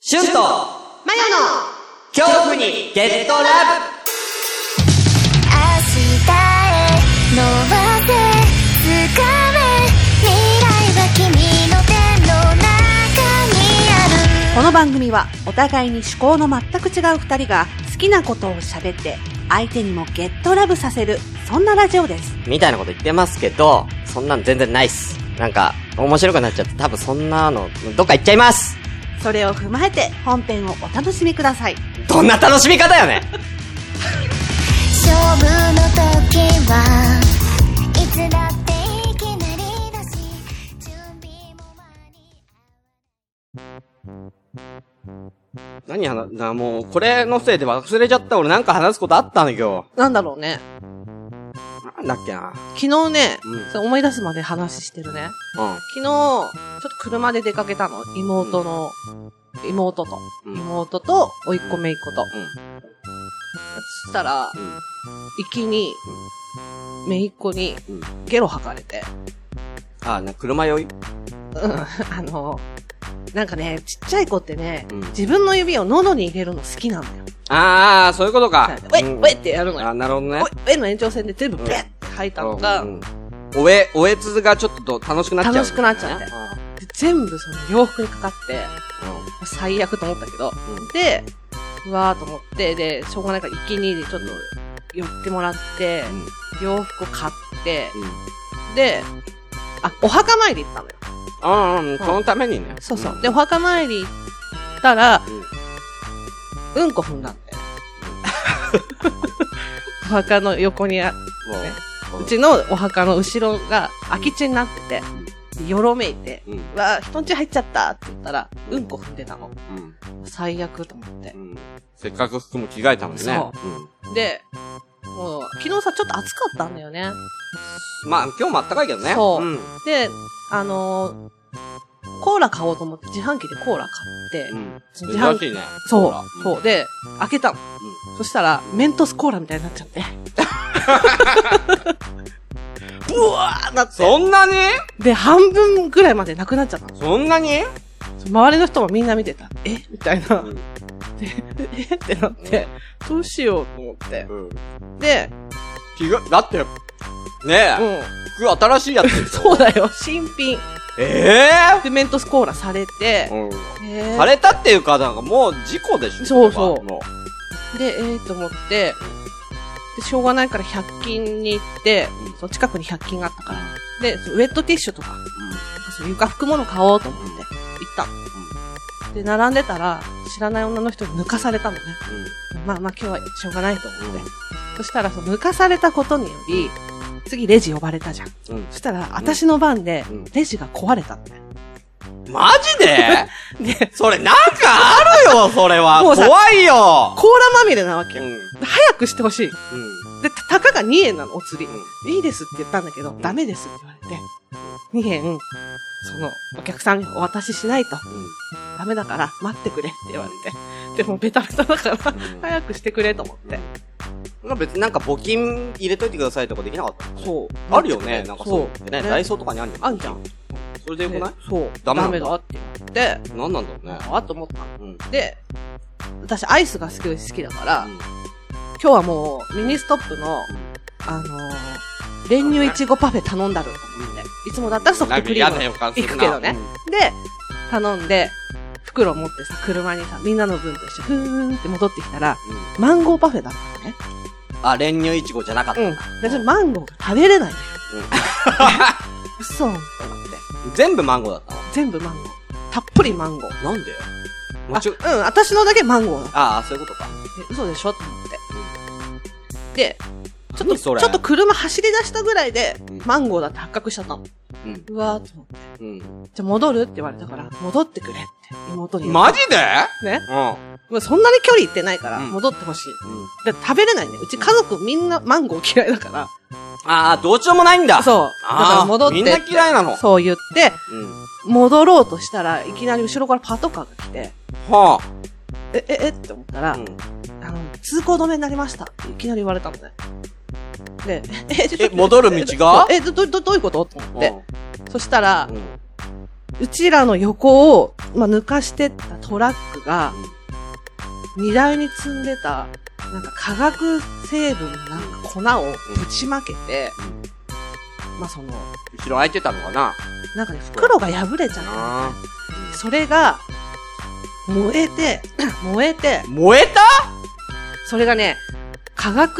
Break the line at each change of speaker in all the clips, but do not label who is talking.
シュンと
マヨの
恐怖にゲットラブ
明日へ伸ばせ掴め未来は君の手の中にある
この番組はお互いに趣向の全く違う二人が好きなことを喋って相手にもゲットラブさせるそんなラジオです
みたいなこと言ってますけど、そんなの全然ないっす。なんか、面白くなっちゃって、多分そんなの、どっか行っちゃいます
それを踏まえて本編をお楽しみください
どんな楽しみ方よね
勝負の時はいつだっていきなりだし準備も間に
何話、な、もう、これのせいで忘れちゃった俺なんか話すことあったの今
なんだろうね
日。なんだっけな。
昨日ね、
うん
それ思い出すまで話してるね昨日ちょっと車で出かけたの妹の、妹と、
うん
妹と甥っ子姪っ子と、
う
そした
ん。
ら
うん。
粋に姪っ子に
うん
ゲロ吐かれて
あ、な、車酔い
うん、あの、なんかね、ちっちゃい子ってね、
うん
自分の指を喉に入れるの好きなんだよ。
ああ、そういうことか。
ウェ
う
ッ、
ん
ウェッってやるの
あ、
よ。
なるほど
ウ
ね
ェ。ッウェッの延長線で全部ベッって吐いたのが
う、ん、おえ、おえつがちょっと楽しくなっちゃう。
楽しくなっちゃって
うん。
で全部その洋服にかかって、最悪と思ったけど、
うん
で、うわーと思って、で、しょうがないから一気にちょっと寄ってもらって、洋服を買って、
うん。うん。
で、あ、お墓参り行ったのよ。
うん、うん、そのためにね。
そうそう。
ん
で、お墓参り行ったら、うんこ踏んだん だよ。お墓の横にあ、うちのお墓の後ろが空き地になってて、よろめいて、
うん、うん、
うわ、人んち入っちゃったって言ったら、うんこ踏んでたの。
うん、
最悪と思って
う。ん。せっかく服も着替えたのにね。。
そうで、もう、昨日さ、ちょっと暑かったんだよね。
ん。まあ、今日も暖かいけどね。
そう
うん。
で、あのーコーラ買おうと思って自販機でコーラ買って、
うん。
自販
珍しいね。
そう
ほら、
そうう。で、開けたの。そしたら、メントスコーラみたいになっち ゃって。ブワーなっ
ん。
て。
そんなに
で、半分ぐらいまでなくなっちゃったの。
そんなに
周りの人もみんな見てた。えみたいな
う。ん
でえってなって、どうしようと思って。
うん。
で、
着替え、だって、ね
う
え、
ん。
服新しいやつでしょ
そうだよ、新品。
え
で、メントスコーラされ
え、
て
うん。
えー
されたっていうか、なんかもう事故でしょ
そうそう
これはも
で、えーと思って、で、しょうがないから100均に行って、
うん
その近くに100均があったから。で、ウェットティッシュとか、そう床拭くもの買おうと思って、行ったの。で、並んでたら、知らない女の人に抜かされたのね。
う。うん。
まあまあ今日はしょうがないと思って。
うん
そしたら、その抜かされたことにより、次レジ呼ばれたじゃん。
うん
そしたら、私の番で
うん、
レジが壊れたのね。
うん。マジで
で、
それなんかあるよ、それは。
もうさ
怖いよ。
甲羅まみれなわけ
う
よ。
ん。
早くしてほしい。
うん。
で、たたかが2円なの、お釣り。
うん
いいですって言ったんだけど、ダメですって言われて、2円、その、お客さんにお渡ししないと、ダメだから、待ってくれって言われて。でも、ベタベタだから、
うん
早くしてくれと思って。
まあ別になんか募金入れといてくださいとかできなかった
そう。
あるよね、なんかそういうのっ
そ
て
う。
ね。
ね
ダイソーとかにあるよ。
あんじゃん。
それでよくない
でそう。
ダ
ダ
メ
メ
な
だ
んだ
って言って、
なんなんだろうね。
あっと思ったの
うん。
で、私、アイスが好き好きだから、
うん
今日はもう、ミニストップの、あのー、練乳いちごパフェ頼んだると思って。いつもだったらソフトクリーム。
予感
行くけどね。で、頼んで、袋持ってさ、車にさ、みんなの分として、ふーんって戻ってきたら、
うんうん
マンゴーパフェだったのね。
あ、練乳いちごじゃなかった。
うん。で、それマンゴーが食べれないのよ。
うん
嘘と思って。
全部マンゴーだったの
全部マンゴー。たっぷりマンゴー。
なんでも
あ
ちろん、
うん、私のだけマンゴーだっ
ああ、そういうことか。
て。嘘でしょと思って。で、ちょっと、
何
ち
そ
ょ
れ
っと車走り出したぐらいで
うん、
マンゴーだって発覚しちゃったの。
うん。
うわーと思って。
うん。
じゃあ戻るって言われたから、戻ってくれって、妹に。
マジで
ね
うん。
まあそんなに距離行ってないから、
うん
戻ってほしい。
うん
だって食べれないね。うち家族みんなマンゴー嫌いだか
ああ、どうしようもないんだ。
ら。そう。だ
あー
から戻って
みんな嫌いなの
そう言って、
うん。
戻ろうとしたらいきなり後ろからパトカーが来て、
は
え、え、えって思った
あ。
ら、
うん
あの、通行止めになりましたっていきなり言われたのね。で、え、ちょっと
え戻る道が
え、ど、ど、どどういうことと思って。そしたら
う、ん
うちらの横を、まあ、抜かしてった通トラックが、荷台に積んでた、なんか化学成分のなんか粉をぶちまけて、まあその、
後ろ空いてたのかな
なんかね、袋が破れちゃっ
あ
て、それが、燃えて、 燃えて
ー、燃えた
それがね、化学、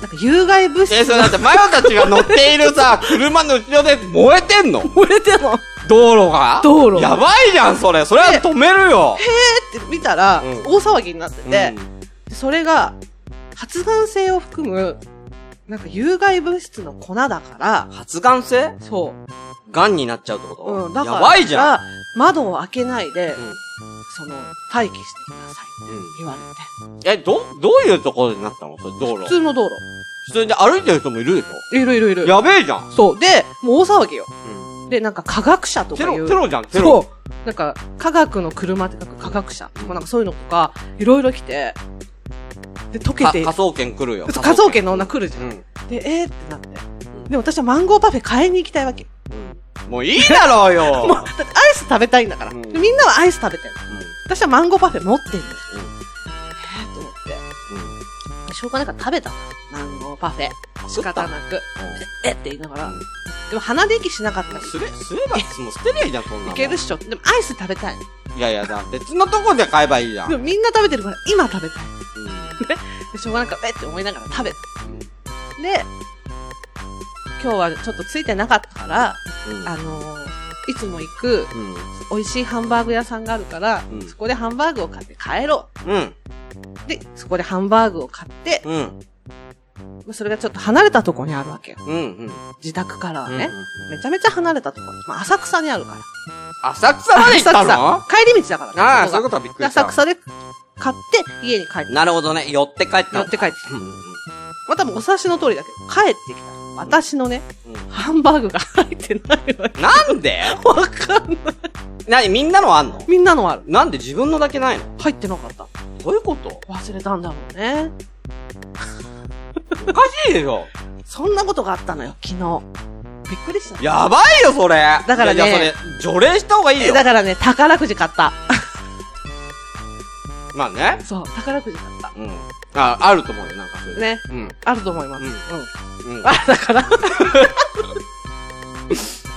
なんか有害物質
え、それだって、マヨたちが乗っているさ、車の後ろで燃えてんの
燃えても っ
道路が
道路
やばいじゃん、それ。それは止めるよ。
て見たら、
うん
大騒ぎになって
うん
て、それが、発がん性を含む、なんか有害物質の粉だから、
発がん性
そ
がんになっちゃうってこ
う。
と
うん、だから、
やばいじゃん。
窓を開けないで、
うん
その、待機してください。
うん
言われて。
え、ど、どういうところになったのそれ道
普
路。
通の道
普通に歩いてる人もいるでし
路。いるいるい
ょ
る。
やべえじゃん。
そう。で、もう大騒ぎよ。
う
で、なんか科学者と
テ
かいう。
ロ、テロじゃん、テロ。
そう。なんか、科学の車って書く科学者とか、なんかそういうのとか、いろいろ来て、で、溶け
か
て、
科捜研来るよ。
そう科捜研の女来るじゃ。
うんん。
で、えーってなって。で、私はマンゴーパフェ買いに行きたいわけ。
うん。もういいだろう
もう、
よ
だ。ってアイス食べたいんだから。
うん
でみんなはアイス食べてる私はマンゴーパフェ持ってるんだよ。
うん
えーと思っ
うん
て。しょうがないから食べたのマンゴーパフェ。仕方なく。えって言いながら
うん。
でも鼻で息しなかった
う
ら
ん。すれ、すれば、もう捨てりゃいいじゃん、そんなの。
いけるっしょ。でもアイス食べたい。
いやいや、だ別のとこで買えばいいじゃん。
で
うん
もみんな食べてるから今食べたい。でしょうがないからえって思いながら食べて。で、今日はちょっとついてなかったから、
うん
あのーいつも行く
うん。
美味しいハンバーグ屋さんがあるから、
うん
そこでハンバーグを買って帰ろ
うん。
う。で、そこでハンバーグを買って、
うん。
まあそれがちょっと離れたとこにあるわけよ。
うん。うん。
自宅からは
うん
ね。めちゃめちゃ離れたところ。まあ、浅草にあるから。
浅草まで行ったのあ
浅草帰り道だから、
あー、
ここが
そういうことはびっく
で
りした。
浅草で買って、家に帰って、
なるほどね。寄って帰った
寄
の
って帰ってきた。
うんうん
またもうお察しの通りだけど、帰ってきた。私のね、
う
ハンバーグが入ってないわけ。
ん。なんで
わかんない。
なに、みんなのあんの
みんなのある。
なんで自分のだけないの
入ってなかった。
どういうこと
忘れたんだろうね。
おかしいでしょ
そんなことがあったのよ、昨日。びっくりした。
やばいよ、それ
だからね
いやいや、それ、除霊した方がいい
え
よ
だ。からね、宝くじ買った。
まあね。
そう、宝くじ買った。
うん。あ、あると思うよ、なんかそれ。
ね、
うん。
あると思いま
う
す。うんん。
うん。
あ、だから、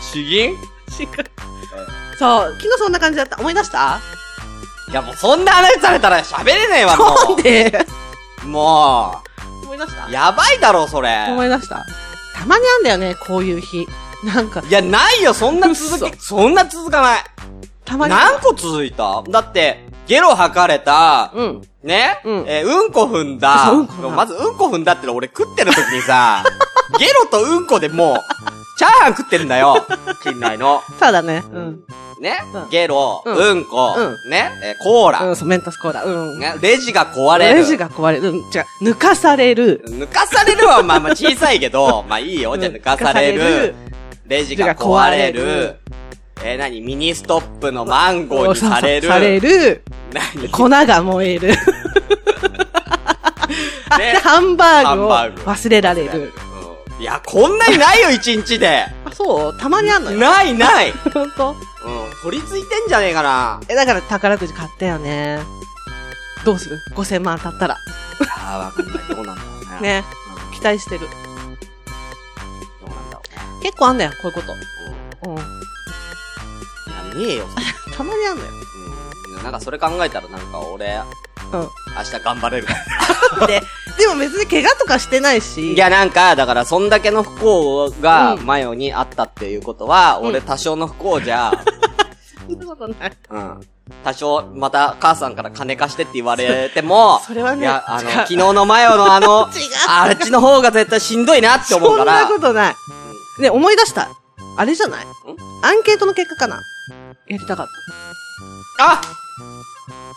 詩吟
違う。そう、昨日そんな感じだった。思い出した
いや、もうそんな話されたら喋れねえわ、もう。
なんで
も
思い出した
う、やばいだろ、それ。
思い出した。たまにあんだよね、こういう日。なんか、
いや、ないよ、そんな続き、そんな続かない。
たまに。
何個続いただって、ゲロ吐かれた、
うん。
ね、
うん
えーうんこ踏んだ。
そううんこ踏んだ
まずうんこ踏んだってのは俺食ってる時に さ、ゲロとうんこでもう、チャーハン食ってるんだよ。近来の。
そうだね。うん。
ね、
うん
ゲロ、
う
うんん、こ、
う
ね、えーコーラ、
うん、そう、メンタスコーラ。うん。
ね、レジが壊れる。
レジが壊れる。うん、違う。抜かされる。
抜かされるはまあまあ小さいけど、まあいいよ。じゃあ抜かされる。レジが壊れ
レジが壊れる
る。えー、なにミニストップのマンゴーにされる。
される。
何
粉が燃 える。で、ハンバーグを
ハンバーグ
忘れられる。
うんいや、こんなにないよ、一日で。
あ、そうたまにあんのよ。
ないない。うん。
ほんと
取り付いてんじゃねえかな。
え、だから宝くじ買ったよね。どうする ?5000 万当たったら。
ああ、わかんない。どうなんだろうね。
ね。
うん。
期待して
ど
る。
うなんだろ
結構あんだよ、こういうこと。
うね。
うん。
うん。いや、ねえよ。
たまにあんだ よ。
うん。なんかそれ考えたらなんか俺、
うん。
明日頑張れる から。
で、でも別に怪我とかしてないし。
いや、なんか、だから、そんだけの不幸が、
うん
マヨにあったっていうことは、
うん
俺多少の不幸じゃ、
そんなことない。
うん。多少、また、母さんから金貸してって言われても、
それはね
いや、あの、
違う
昨日のマヨのあの、
違う
あっちの方が絶対しんどいなって思う
そ
か
ん
ら、
なことない。ね、思い出した。あれじゃないアンケートの結果かなやりたかっ
あ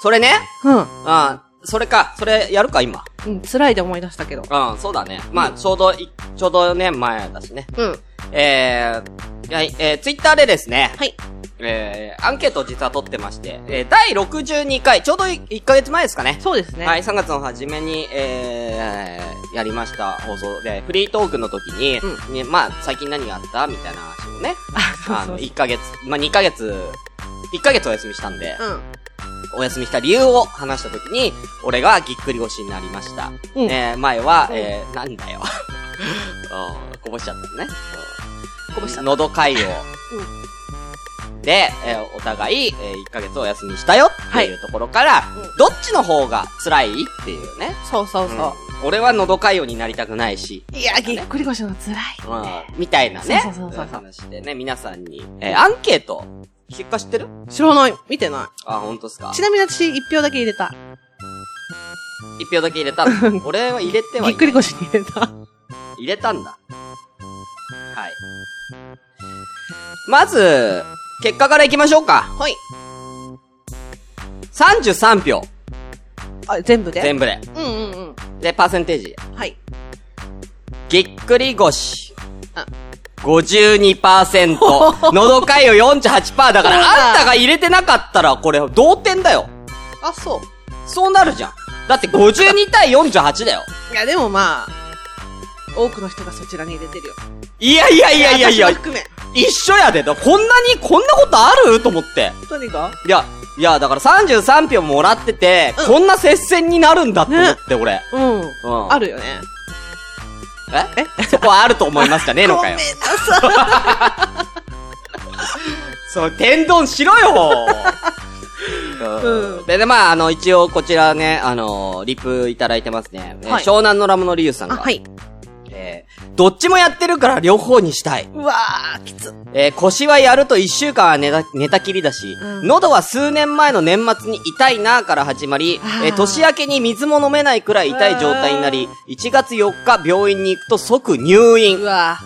それね、
た。うん。
うん、それか、それやるか、今。
うん、辛いで思い出したけど。
うん、そうだね。まあ、ちょうどい、ちょうどね、前だしね。
うん。
えー、はい、えー、ツイッターでですね、
はい。
えー、アンケートを実は取ってまして、えー、第62回、ちょうどい1ヶ月前ですかね。
そうですね。
はい、3月の初めに、えー、やりました放送で、フリートークの時に、
う
ね、まあ、最近何があったみたいな話をね、
あ、そう
あ
そう
の、1ヶ月、まあ、2ヶ月、1ヶ月お休みしたんで、
そう。
お休みした理由を話した時に、俺がぎっくり腰になりました。
うん
えー前は、
うん
えーなんだよ。 うんこぼしちゃったね。うん
こぼしちゃった
喉潰瘍。で、えーお互い、え1ヶ月お休みしたよっていうところから、
うん
どっちの方が辛いっていうね。
そうそうそ
うん俺は喉潰瘍になりたくないし、
う。いや、ぎっくり腰の辛い。
うんみたいなね。
そうそうそうそう
話でね、皆さんに、えーアンケート、結果知ってる
知らない。見てな
あ、本当ですか
い。ちなみに私、一票だけ入れた。
一票だけ入れたの俺は入れては
ぎっ
い
くり腰に入れた。
入れたんだ。はい。まず、結果からいきましょうか。
はい。
33票、
あ、全部で
全部で。
部。うんうんうん。
で、パーセンテージ。
はい。
ぎっくり腰
あ。
52%。喉 回を48%だから、あんたが入れてなかったら、これ、同点だよ。
あ、そう。
そうなるじゃん。だって52対48だよ。
いや、でもまあ、多くの人がそちらに入れてるよ。
いやいやいやいやいや
私も、含め。
一緒やで。だこんなに、こんなことあると思って。
とにか
いや、いや、だから33票もらってて、
うん
こんな接戦になるんだって思って、俺。
くうん。
うん。
あ
る。
るよね。
えそこはあると思いますじゃね えのかよ
ご。めんなさい。
そう、天丼しろ ようん
うん
で、で、まあ、あの、一応、こちらね、あのリプいただいてますね。えー
はい
湘南のラムのリユウさん
あ、
が。
はい。
えーどっちもやってるから両方にしたい。
うわー、きつ。
えー腰はやると一週間は寝た寝たきりだし、
うん
喉は数年前の年末に痛いなぁから始まり
あ、ー
えー年明けに水も飲めないくらい痛い状態になり、1月4日病院に行くと即入
う
院。
わ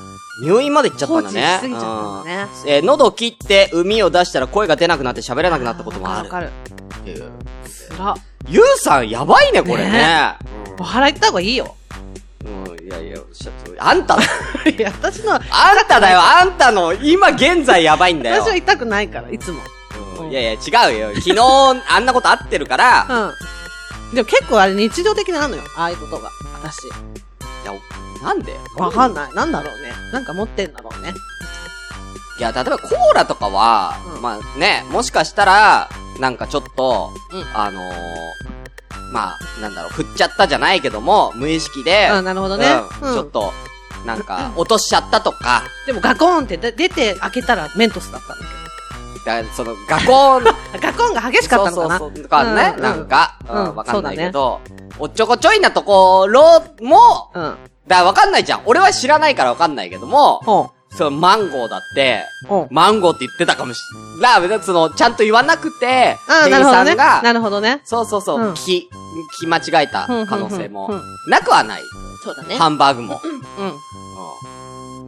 入院まで行っちゃったんだ
放
ね
置し。すぎちゃったんだね
うんえー喉切って海を出したら声が出なくなって喋れな
ー。
くなったこともある
わ。かる。わか
っていう
るつら。
ゆうさんやばいね、これね。
ねお払い行った方がい いよ。
うん、いやいや、ちょっと、あんただ、
いや、私の、
あんただよ、あんたの、今現在やばいんだよ。
私は痛くないから、いつも。
うんいやいや、違 うよ。昨日、あんなことあってるから、
うん。でも結構あれ日常的なのよ。ああいうことが。私。
いや、なんで
わかん
い。
ない。なんだろうね。なんか持ってんだろうね。
いや、例えばコーラとかは、
うん
まあね、もしかしたら、なんかちょっと、
うん
あのー、まあ、なんだろう、振っちゃったじゃないけども、無意識で、
あなるほどね。
うんち
う
ょっ
ん。
と、なんか、落としちゃったとか、
でもガコーンってで出て開けたらメントスだったんだ
だその、ガコーン、
けど。ガコーンが激しかったのかな
そうそうそうとかね、
うん
なんか、
うん
うんわかんないけど、おっちょこちょいなところも、
うん。
だからわかんないじゃん。俺は知らないからわかんないけども、
ほ
そのマンゴーだって、
う。ほう。
マンゴーって言ってたかもしれない。別にその、ちゃんと言わなくて、
ああ、
店
な
員
るほ
さ
どね。
んが、
なるほどね。
そうそうそう、
うん
き、き間違えた可能性も
うんうんうん、
なくはない。
そうだね
ハンバーグも。
うん。
うん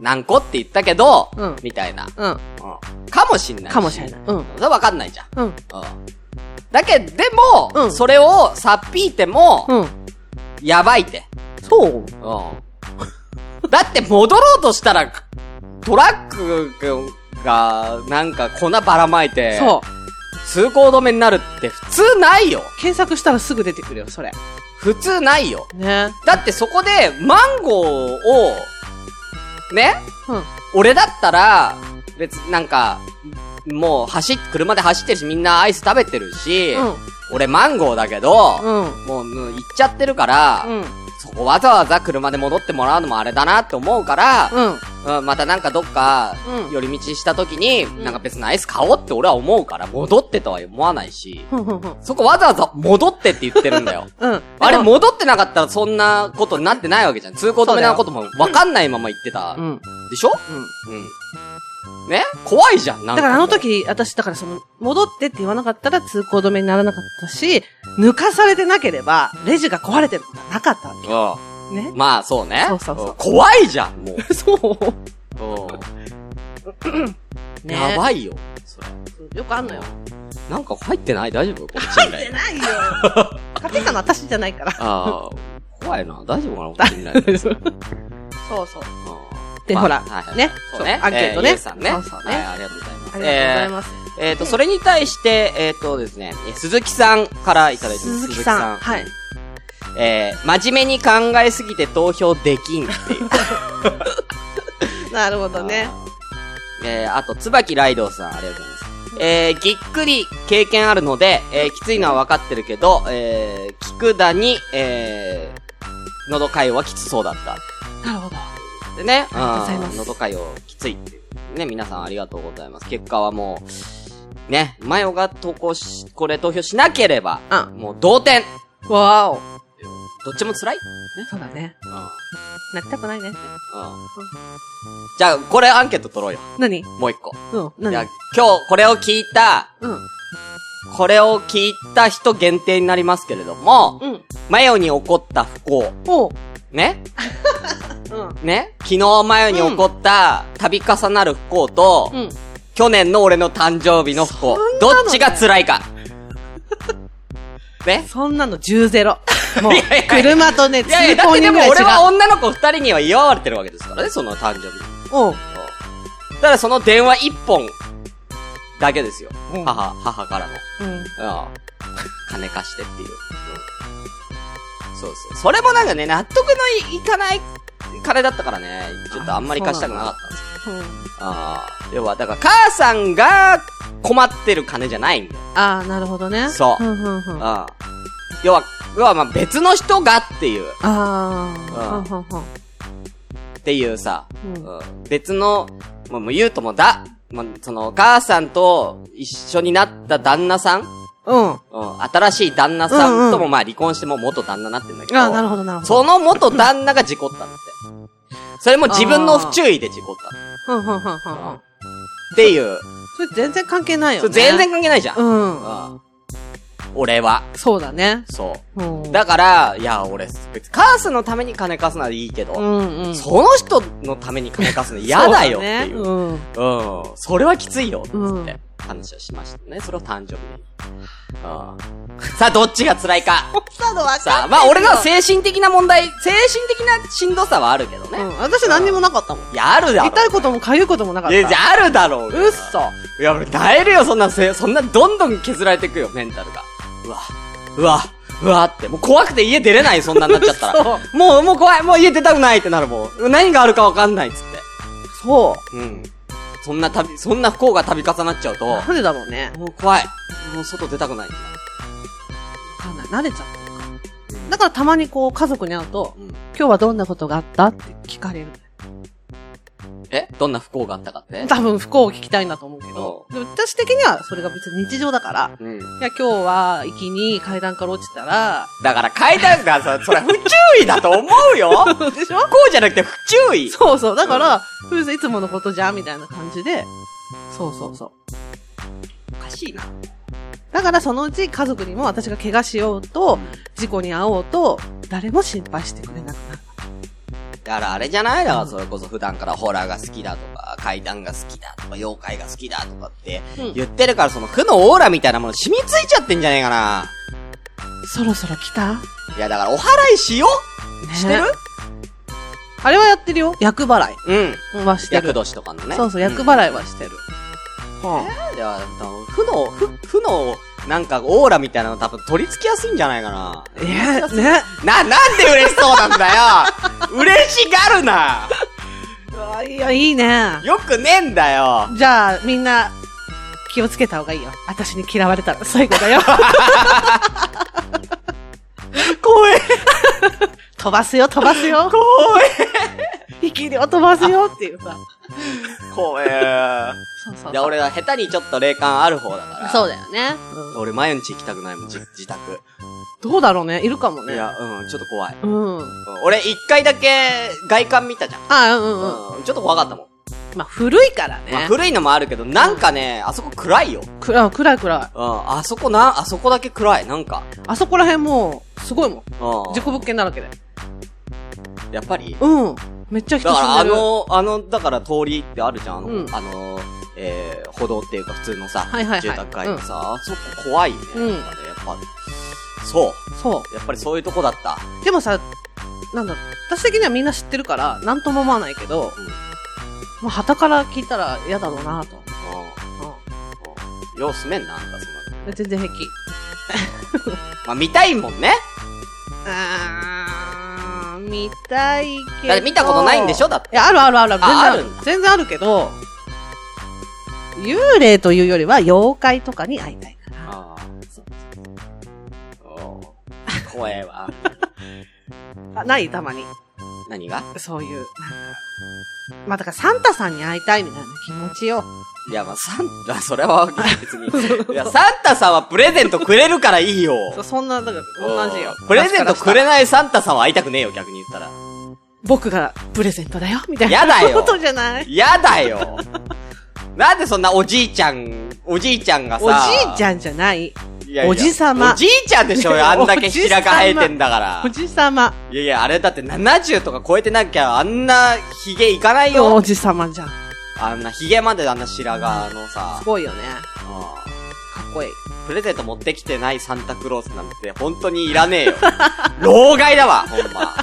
何個って言ったけど、
うん
みたいな、うん
うん。
かもしんない。
かもしれない。。うん。
それわかんないじゃん。
うん。
うんだけど、でも、
うん
それをさっぴいても、
うん。
やばいって。
そ
う
う
ん。だって戻ろうとしたら、トラックが、なんか粉ばらまいて、
そう。
通行止めになるって普通ないよ。
検索したらすぐ出てくるよ、それ。
普通ないよ。
ね。
だってそこで、マンゴーを、ね
うん。
俺だったら、別、なんか、もう走っ、車で走ってるし、みんなアイス食べてるし、俺マンゴーだけ
う
ど、
ん。うん。
もう、もう行っちゃってるから、
うん。
そこわざわざ車で戻ってもらうのもあれだなって思うから、
うん。
うん、またなんかどっか
うん、
寄り道した時に、
ん
なんか別のアイス買おうって俺は思うから、戻ってとは思わないし、
ふんふんふん。
そこわざわざ戻ってって言ってるんだ よ。
うん。
あれ戻ってなかったらそんなことになってないわけじゃん。通行止めなこともわかんないまま言ってた
う。ん。うん。
でしょうん。ね怖いじゃん、なん
だ
か。
からあの。時、私、だからその、戻ってって言わなかったら通行止めにならなかったし、抜かされてなければ、レジが壊れてることはなかったわけ。
う
ね
ん。。まあ、そうね。
そうそうそうん
怖いじゃん、もう。
そう。
うん。
ね
やばいよ。それ。
よくあんのよ。
なんか入ってない大丈夫こっち
入
に
って ないよ。勝てたの私じゃな いから。
ああ、怖いな。大丈夫かなこっちに ない。うん
そうそう。で、ほ
まあ
ら、
はいはい
ね。
そうね。
アンケートね。
えゆうさんね。
そうそうね。
はいありがとうございます。
ありがとうございます。
えーえっと、それに対して、えっとですね、え鈴木さんからいただいてます。
鈴木さん。はい。
えー、真面目に考えすぎて投票できんっていう。
なるほどね。
えー、あと、椿ライドウさん、ありがとうございます。えー、ぎっくり経験あるので、えー、きついのは分かってるけど、えー、菊田に、えー、喉会はきつそうだった。
なるほど。
でね、
ありがとうございます
ん喉会をきついっていう。ね、皆さんありがとうございます。結果はもう、ね、マヨが投稿し、これ投票しなければ、
う
もう同点
ん。わーお。
どっちも辛い
そうだね。
うん。う
なりたくないね。
ん。じゃあ、これアンケート取ろうよ。
何
もう一個。
うん。
じゃあ
何、
今日これを聞いた、
うん。
これを聞いた人限定になりますけれども、
うん。
マヨに起こった不幸。
おう。
ね
うん。
ね昨日マヨに起こった、度重なる不幸と、
うん。
去年の俺の誕生日の不幸。
そんなの
ど
ね
っちが辛い か。ね
そんなの10 ゼロ。もう
いやいや、
車とね、
いやいや、
通
だっ
行
てで
人
も
ぐらい違う
俺。は女の子二人には祝われてるわけですからね、その誕生日。
おう。
だからその電話一本、だけですよ。
うん
母、母からの。
うん。
うん。金貸してっていう。そうそう。それもなんかね、納得のいかない金だったからね、ちょっとあんまり貸したくなかったんですよ。
うん
ああー。要は、だから母さんが困ってる金じゃないんだよ。
ああ、なるほどね。
そう
うんうんうん。あ
ああ。要は、要はまあ別の人がっていう、
あ
うん
ー。うんうんうん
っていうさ、
うん
うん別の、もうもう言うともだ、まあ、その、母さんと一緒になった旦那さん、
うん。
うん、新しい旦那さんと
うん
も
う
まあ離婚してもう元旦那になってんだけど、
ああ、なるほど、なるほど。
その元旦那が事故ったんだって。それも自分の不注意で事故った。っ
うんうんうんうんうん。
ていう。
それ全然関係ないよ
そ
ね。
れ全然。関係ないじゃん。うん
うん。
俺は。
そうだね。
そ
うん。
う。だから、いや、俺、別にカースのために金貸すならいいけど、
うんうん。
その人のために金貸すの嫌だよっていう。
そううだ
ん。
ね
それはきついよ、つ
う
っ
ん
て話をしましたね。それを誕生日に。うんさあ、どっちが辛いか。さあ、まあ俺のは精神的な問題、精神的なしんどさはあるけど
うん。う
ね。
ん。私何にもなかったもん。
いや、あるだろ。
痛いこともかゆいこともなかっ
いや、じゃ
た。
あるだろうが
うっそ。
いや、俺耐えるよ、そんなせ、そんなどんどん削られていくよ、メンタルが。うわ、うわ、うわって。もう怖くて家出れない、そんなんなっちゃ ったら。
そう。
もう、もう怖い、もう家出たくないってなるもん。何があるかわかんないっつっ
そ
て。うん。そんな旅、そんな不幸が度重なっちゃうと
う。、なんでだろうね。
もう怖い。もう外出たくない。
わかんない。慣れちゃったのか。だからたまにこう家族に会うと、
うん。
今日はどんなことがあったって聞かれる。
えどんな不幸があったかって
多分不幸を聞きたいんだと思うけど、でも私的にはそれが別に日常だから、
うん。
いや今日は行きに階段から落ちたら、
だから階段がさ、それ不注意だと思うよ
でしょ
不幸じゃなくて不注意
そうそう。だから、別にいつものことじゃんみたいな感じで、そうそうそう。
おかしいな。
だからそのうち家族にも私が怪我しようと、事故に遭おうと、誰も心配してくれなくなる。
だからあれじゃないだからそれこそ普段からホラーが好きだとか、怪談が好きだとか、妖怪が好きだとかって
うん
言ってるからその負のオーラみたいなもの染みついちゃってんじゃねえかな。
そろそろ来た、ね、
いやだからお祓いしようしてる、
あれはやってるよ。厄払い
うん。
はしてる。
厄年とかのね。
そうそう、厄
い。
払いはしてる。は
うん、では負の、負負の、なんかオーラみたいなの多分取り付きやすいんじゃないかな。
えー、ね。
な、なんで嬉しそうなんだ よ嬉しがるな
あいや、いいね。
よくねえんだよ
じゃあ、みんな、気をつけた方がいいよ。私に嫌われたら最後だよ。
怖え
飛ばすよ、飛ばすよ。
怖え
生き量飛ばすよっていうさ。
怖え
そうそうそう。
で、俺は下手にちょっと霊感ある方だから。
そうだよね。
俺、毎日行きたくないもん、じ自宅。
どうだろうねいるかも
い
ね。
や、うん、ちょっと怖い。
うん。あ
うん俺、一回だけ外観見たじゃん。
あ、うんうん。
うん、ちょっと怖かったもん。
まあ、古いからね。
まあ、古いのもあるけど、なんかね、あそこ暗いよ。
くら、暗い暗い。
うん、あそこな、あそこだけ暗い、なんか。
あそこら辺もう、すごいもん。
うん。
事故物件だらけで。
やっぱり
うん。めっちゃ人
だから、
住
あ
んでる。
の、あの、だから通りってあるじゃん、あの、
うん
あのえー、歩道っていうか普通のさ、
はいはいはい
住宅街のさ、あそこ怖いね。
うん
なんかねやっぱ、そう。
そ
やっぱりそういうとこだった。
う。でもさ、なんだろう、私的にはみんな知ってるから、なんとも思わないけど、
うん
まあ、旗から聞いたら嫌だろうなと。
う
うん
ん。よう住めんな、あんた、その。
で全然平気。
まあ、見たいもんね。
あー、見たいけど。
だって見たことないんでしょだって。
いや、あるあるある。全然
あ
あ
ある
る。全然あるけど、幽霊というよりは妖怪とかに会いたいから。
ああ、そうおー怖えわ。
あないたまに。
何が
そういう、なんか。まあだからサンタさんに会いたいみたいな気持ちよ。
いや、まあ、サンタ、それは別 に。いや、サンタさんはプレゼントくれるからいいよ。
そそんな、だから同じよ
うん。プレゼントくれ
い。
ないサンタさんは会いたくねえよ、逆に言ったら。
僕がプレゼントだよみたいな。
やだよ
ことじゃない
やだ よ。なんでそんなおじいちゃん、おじいちゃんがさ。
おじいち
ん
ゃんじゃない。
いやいや
おじさま
おじいちゃんでしょ よ、あんだけ白髪生えてんだから
お。じさま。
いやいや、あれだって70とか超えてなきゃ、あんなヒゲいかない
お
よ。
じさまじゃん。
あんなヒゲまであんな白髪のさ
す。ごいよね。
うん
かっこいい。
プレゼント持ってきてないサンタクロースなんて、本当にいら ねえよ。老害だわ、ほんま。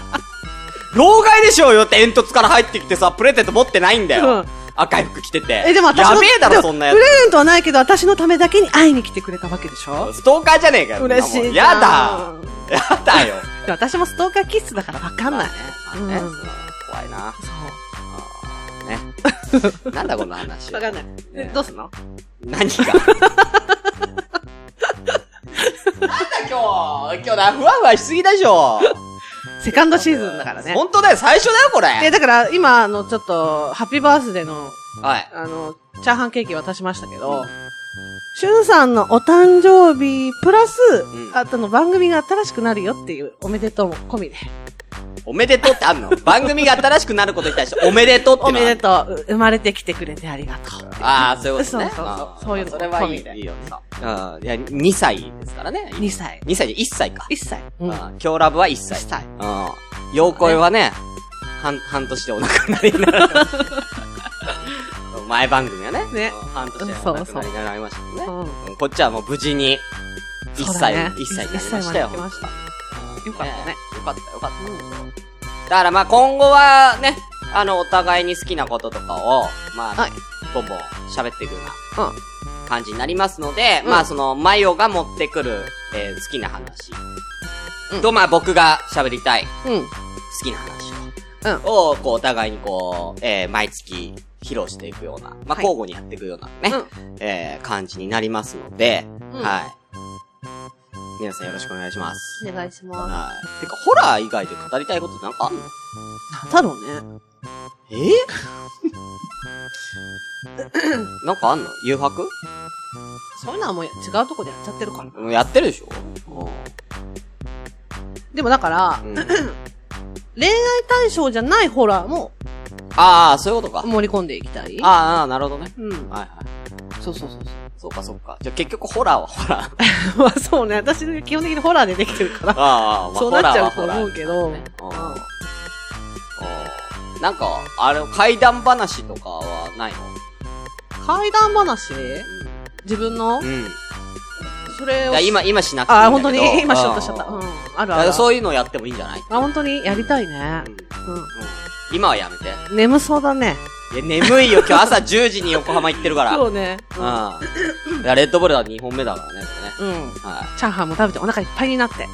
老害でしょうよって煙突から入ってきてさ、プレゼント持ってないんだよ。
うん
赤い服着てて。
え、でも私
や
の
べえだ
で
ろ、
も
そんなや
プレゼントはないけど、私のためだけに会いに来てくれたわけでしょ
つ。ストーカーじゃねえかよ。
嬉しい
そんなもん
じゃ
や
ん
だ。やだよ。
で私もストーカー気質だからわかんない。
まあね。まあね
うん
怖いな。
そう。
ね。なんだこの話。
わかんない。え
ね
どうすんの
何がなんだ今日、今日な、ふわふわしすぎだでしょ。
セカンドシーズンだからね。
本当だよ、最初だよ、これ。
で、だから、今、あの、ちょっと、ハッピーバースデーの、
はい。
あの、チャーハンケーキ渡しましたけど、しゅんさんのお誕生日、プラス、
ん
あとの番組が新しくなるよっていう、おめでとうも込みで。
おめでとうってあんの番組が新しくなることに対しておめでとうって
お
のは
めでとう。生まれてきてくれてありがとう。
ああ、そういうことね。
そうそうそう
あー
そういうの
それはい
込みで
いいいよね。うん。いや、2歳ですからね。
2歳。
2歳で1歳か。
1歳。うん。1
あー今日ラブは1歳。
歳。
うん。陽恋はね、半、半年でお亡くなりに なる。前番組はね。
ね
うん半年でお亡くなりになりましたもんね。
うん。
うんこっちはもう無事に、1
そう
歳、
だね
1歳になりましたよ。
一歳まで来ました
よ
かったね
よかった、よかった。だからまあ今後はね、あの、お互いに好きなこととかを、まあ、
はい
ボンボン喋っていくよう
うん。
な感じになりますので、
うん
まあその、マヨが持ってくる、えー好きな話、
うん
とまあ僕が喋りたい
うん。
好きな話
うん
を、をこう、お互いにこう、えー毎月披露していくような、まあ
はい
交互にやっていくようなね、えー感じになりますので、
うん
はい。皆さんよろしくお願いします。
お願いしま
はい。てか、ホラー以外で語りたいことなんかあんの
す。なんだろうね。
え なんかあんの誘惑
そういうのはもう違うとこでやっちゃってるからな。
うんやってるでしょ
でもだから、
うん
恋愛対象じゃないホラーも
ああ、そういうことか。
盛り込んでいきたい。
あーあー、なるほどね。
うん。
はいはい。
そうそうそう
そうかそうか。じゃあ結局ホラーはホラー。
そう。まあそうね。私、基本的にホラーでできてるから。
ああ、まあ
そ
ホ
うな
ラ
っち
ー
ゃ
は
うと
ホラ
思
ー
う。けど。うん
うんうんなんか、あれ、怪談話とかはないの
怪談話自分の
うん。
それ
い
を
や、。今、今しなくていいんだ
あ、
けど。
本当に今しようとしちゃった。うん
だ。
ある
か
あ
ら
る。
そういうのやってもいいんじゃない
あ、本当にやりたいね
うん。
う
今はやめて。
ん。眠そうだね。
いや、眠いよ。今日朝10時に横浜行ってるから。
そうね。
うん。いや、レッドブルは2本目だからね、これね。
うん。
はい。
チャーハンも食べてお腹いっぱいになって。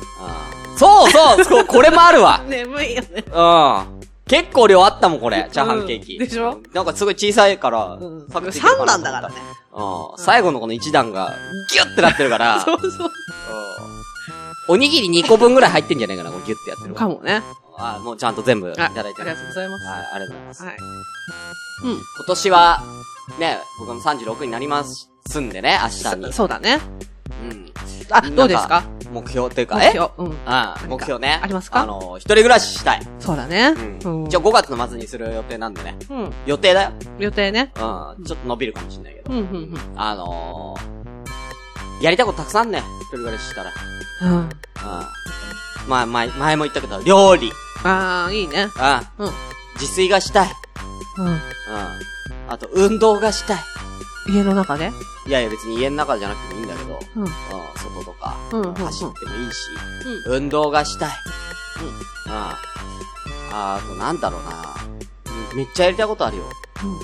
うんそうそうそうこれもあるわ
眠いよね。
うん。結構量あったもん、これ。チャーハンケーキ。
うんでしょ
なんかすごい小さいから、
うん。
サクッといける
3
かなと思
段
った
だからね。。
うん。最後のこの1段が、ギュッてなってるから、
そう
うん
そう。
おにぎり2個分ぐらい入ってんじゃないかな、こうギュッてやってる。
かもね。
あ、もうちゃんと全部い
あ
ただいてる。は
ありが
い、
とうございます。
ありがとうございます。
はい。
今年は、ね、僕も36になりますんでね、明日
そ
に。
そうだね。
うん。
あ、どうですか
目標っていうか、
目
え
標。うん。
ああ、目標ね。
ありますか
あの、一人暮らししたい。
そうだね。
う。
うんん。
一応5月の末にする予定なんでね。
うん。
予定だよ。
予定ね。
うん。ちょっと伸びるかもしれないけど。
うん、うん、うん。
あのー、やりたいことたくさんあんね。一人暮らししたら。
うん。
うん。まあ、前、前も言ったけど、料理。
ああ、いいね。
う
うん。
ん。自炊がしたい。
う
うん。あと、運動がしたい。
ん。家の中で
いやいや、別に家の中じゃなくてもいいんだけど。
うん。
うん、外とか、
うんうんうん
走ってもいいし、運動がしたい。
うん
あああと、なんだろうな。めっちゃやりたいことあるよ。
うん。
うん。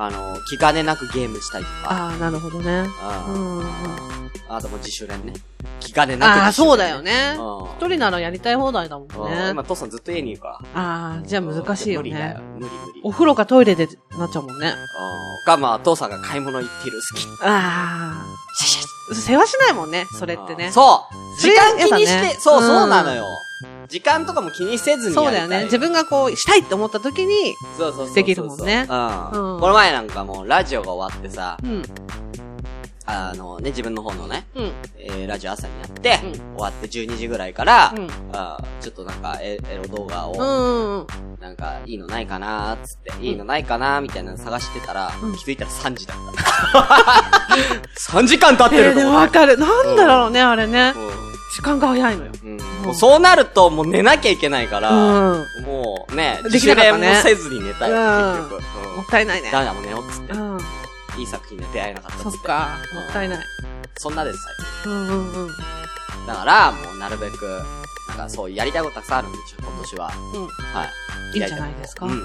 あの、気兼ねなくゲームしたいとか。
ああ、なるほどね。
あ
うんうん
あともう自主練ね。
う
気兼ねなく
ああ、そうだよ
ね。
ね。
うん
一人ならやりたい放題だもん
うん
ね。
今、父さんずっと家にいるから。
ああ、じゃあ難しいよ
無理だよ
ね。。
無理無理。
お風呂かトイレでなっちゃうもんね。
うんが、まあ、父さんが買い物行ってる。好き。
ああ、世話しないもんね、それって
う
ね。
んそう
そ
時
れ
間気にし
やだ
て、
ね
そう、
うん
そうなのよ。時間とかも気にせずにやりた
そう
い。
だよね。自分がこう、したいって思った時に、
そうそうそうそう。
できるもんね
うん。
うん
この前なんかもう、ラジオが終わってさ、
うん、
あのね、自分の方のね、
うん、
えー、ラジオ朝にやって、
うん
終わって12時ぐらいから、
うん
あーちょっとなんかエ、エロ動画を、
うんうん。
なんか、いいのないかなーっつって、いいのないかなーみたいなの探してたら、
うん
気づいたら3時だった。3時間経っ
え
てる
ー、
と
でも
思っ
わ
て
かる。なんだろうね、あれね。
う
時間が早いのよ。
んうんもうそうなると、もう寝なきゃいけないか
う
ら、
ん。も
もうね、
で
自
き
主
なかっ
練
た
も
ね
せずに寝たよ、
うん
結局。うん
ったいないね。
ダメだもう寝ようっつっ
う
て、
ん。
いい作品には出会えなかったっ
そ
つ。
ってか。もったいない。
そんなです、最近
うんうんうん。うん。
だから、もうなるべく、なんかそう、やりたいことたくさんあるんで、ちょっと今年は。はい。
いいんじゃないですか。
う
うんん。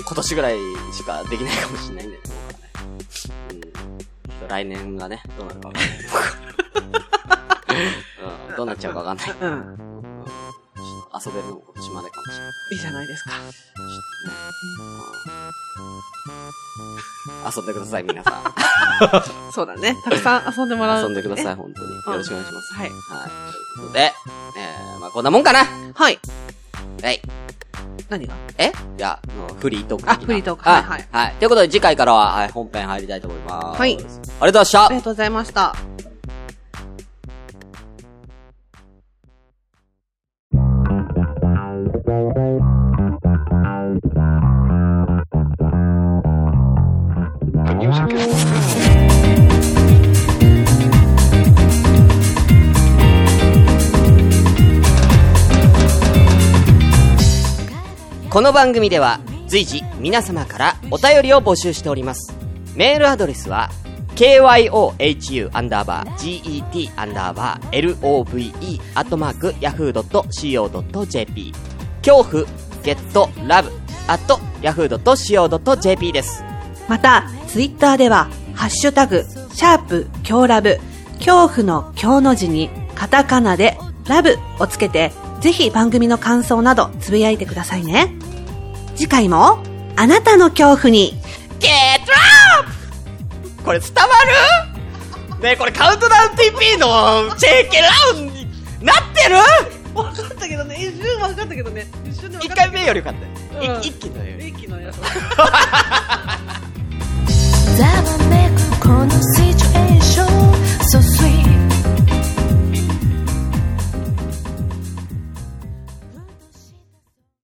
今年ぐらいしかできないかもしれないんだよね、僕はね。うん。ちょっと来年がね、どうなるかわかんない。 うん、どうなっちゃうかわかんない。
うん。
うんちょっと遊べるのも今年までかもしれない。
いいじゃないですか。
ちょっとね。うん遊んでください、皆 さ
そうだね。たくさん遊んでもら
ん。遊
う。
んでください、
い。
本当に。よろしくお願いします。
は
は
い。
い。ということで、えー、まあこんなもんかな
はい。
はい。
何が
えいや、もうフリートーク的な。
あフリートーク
はい、は
はいい。
はい。ということで、次回からは、はい、本編入りたいと思います。
はい
ありがとうございました
あり。がとうございました。
この番組では随時皆様からお便りを募集しておりますメールアドレスは kyohu アンダーバー get アンダーバー love アットマーク yahoo.co.jp 恐怖 get love アット yahoo.co.jp です
また、ツイッターでは、ハッシュタグ、シャープ、強ラブ、恐怖の強の字に、カタカナで、ラブをつけて、ぜひ番組の感想などつぶやいてくださいね。次回も、あなたの恐怖に、
ゲットラブこれ伝わるねえこれカウントダウン TP の JK ラウンになってる
わかったけどね、一瞬わかったけどね。一瞬で
一
分かった
回目よりよかったよ、い
うん
一気のより
一気のやつ。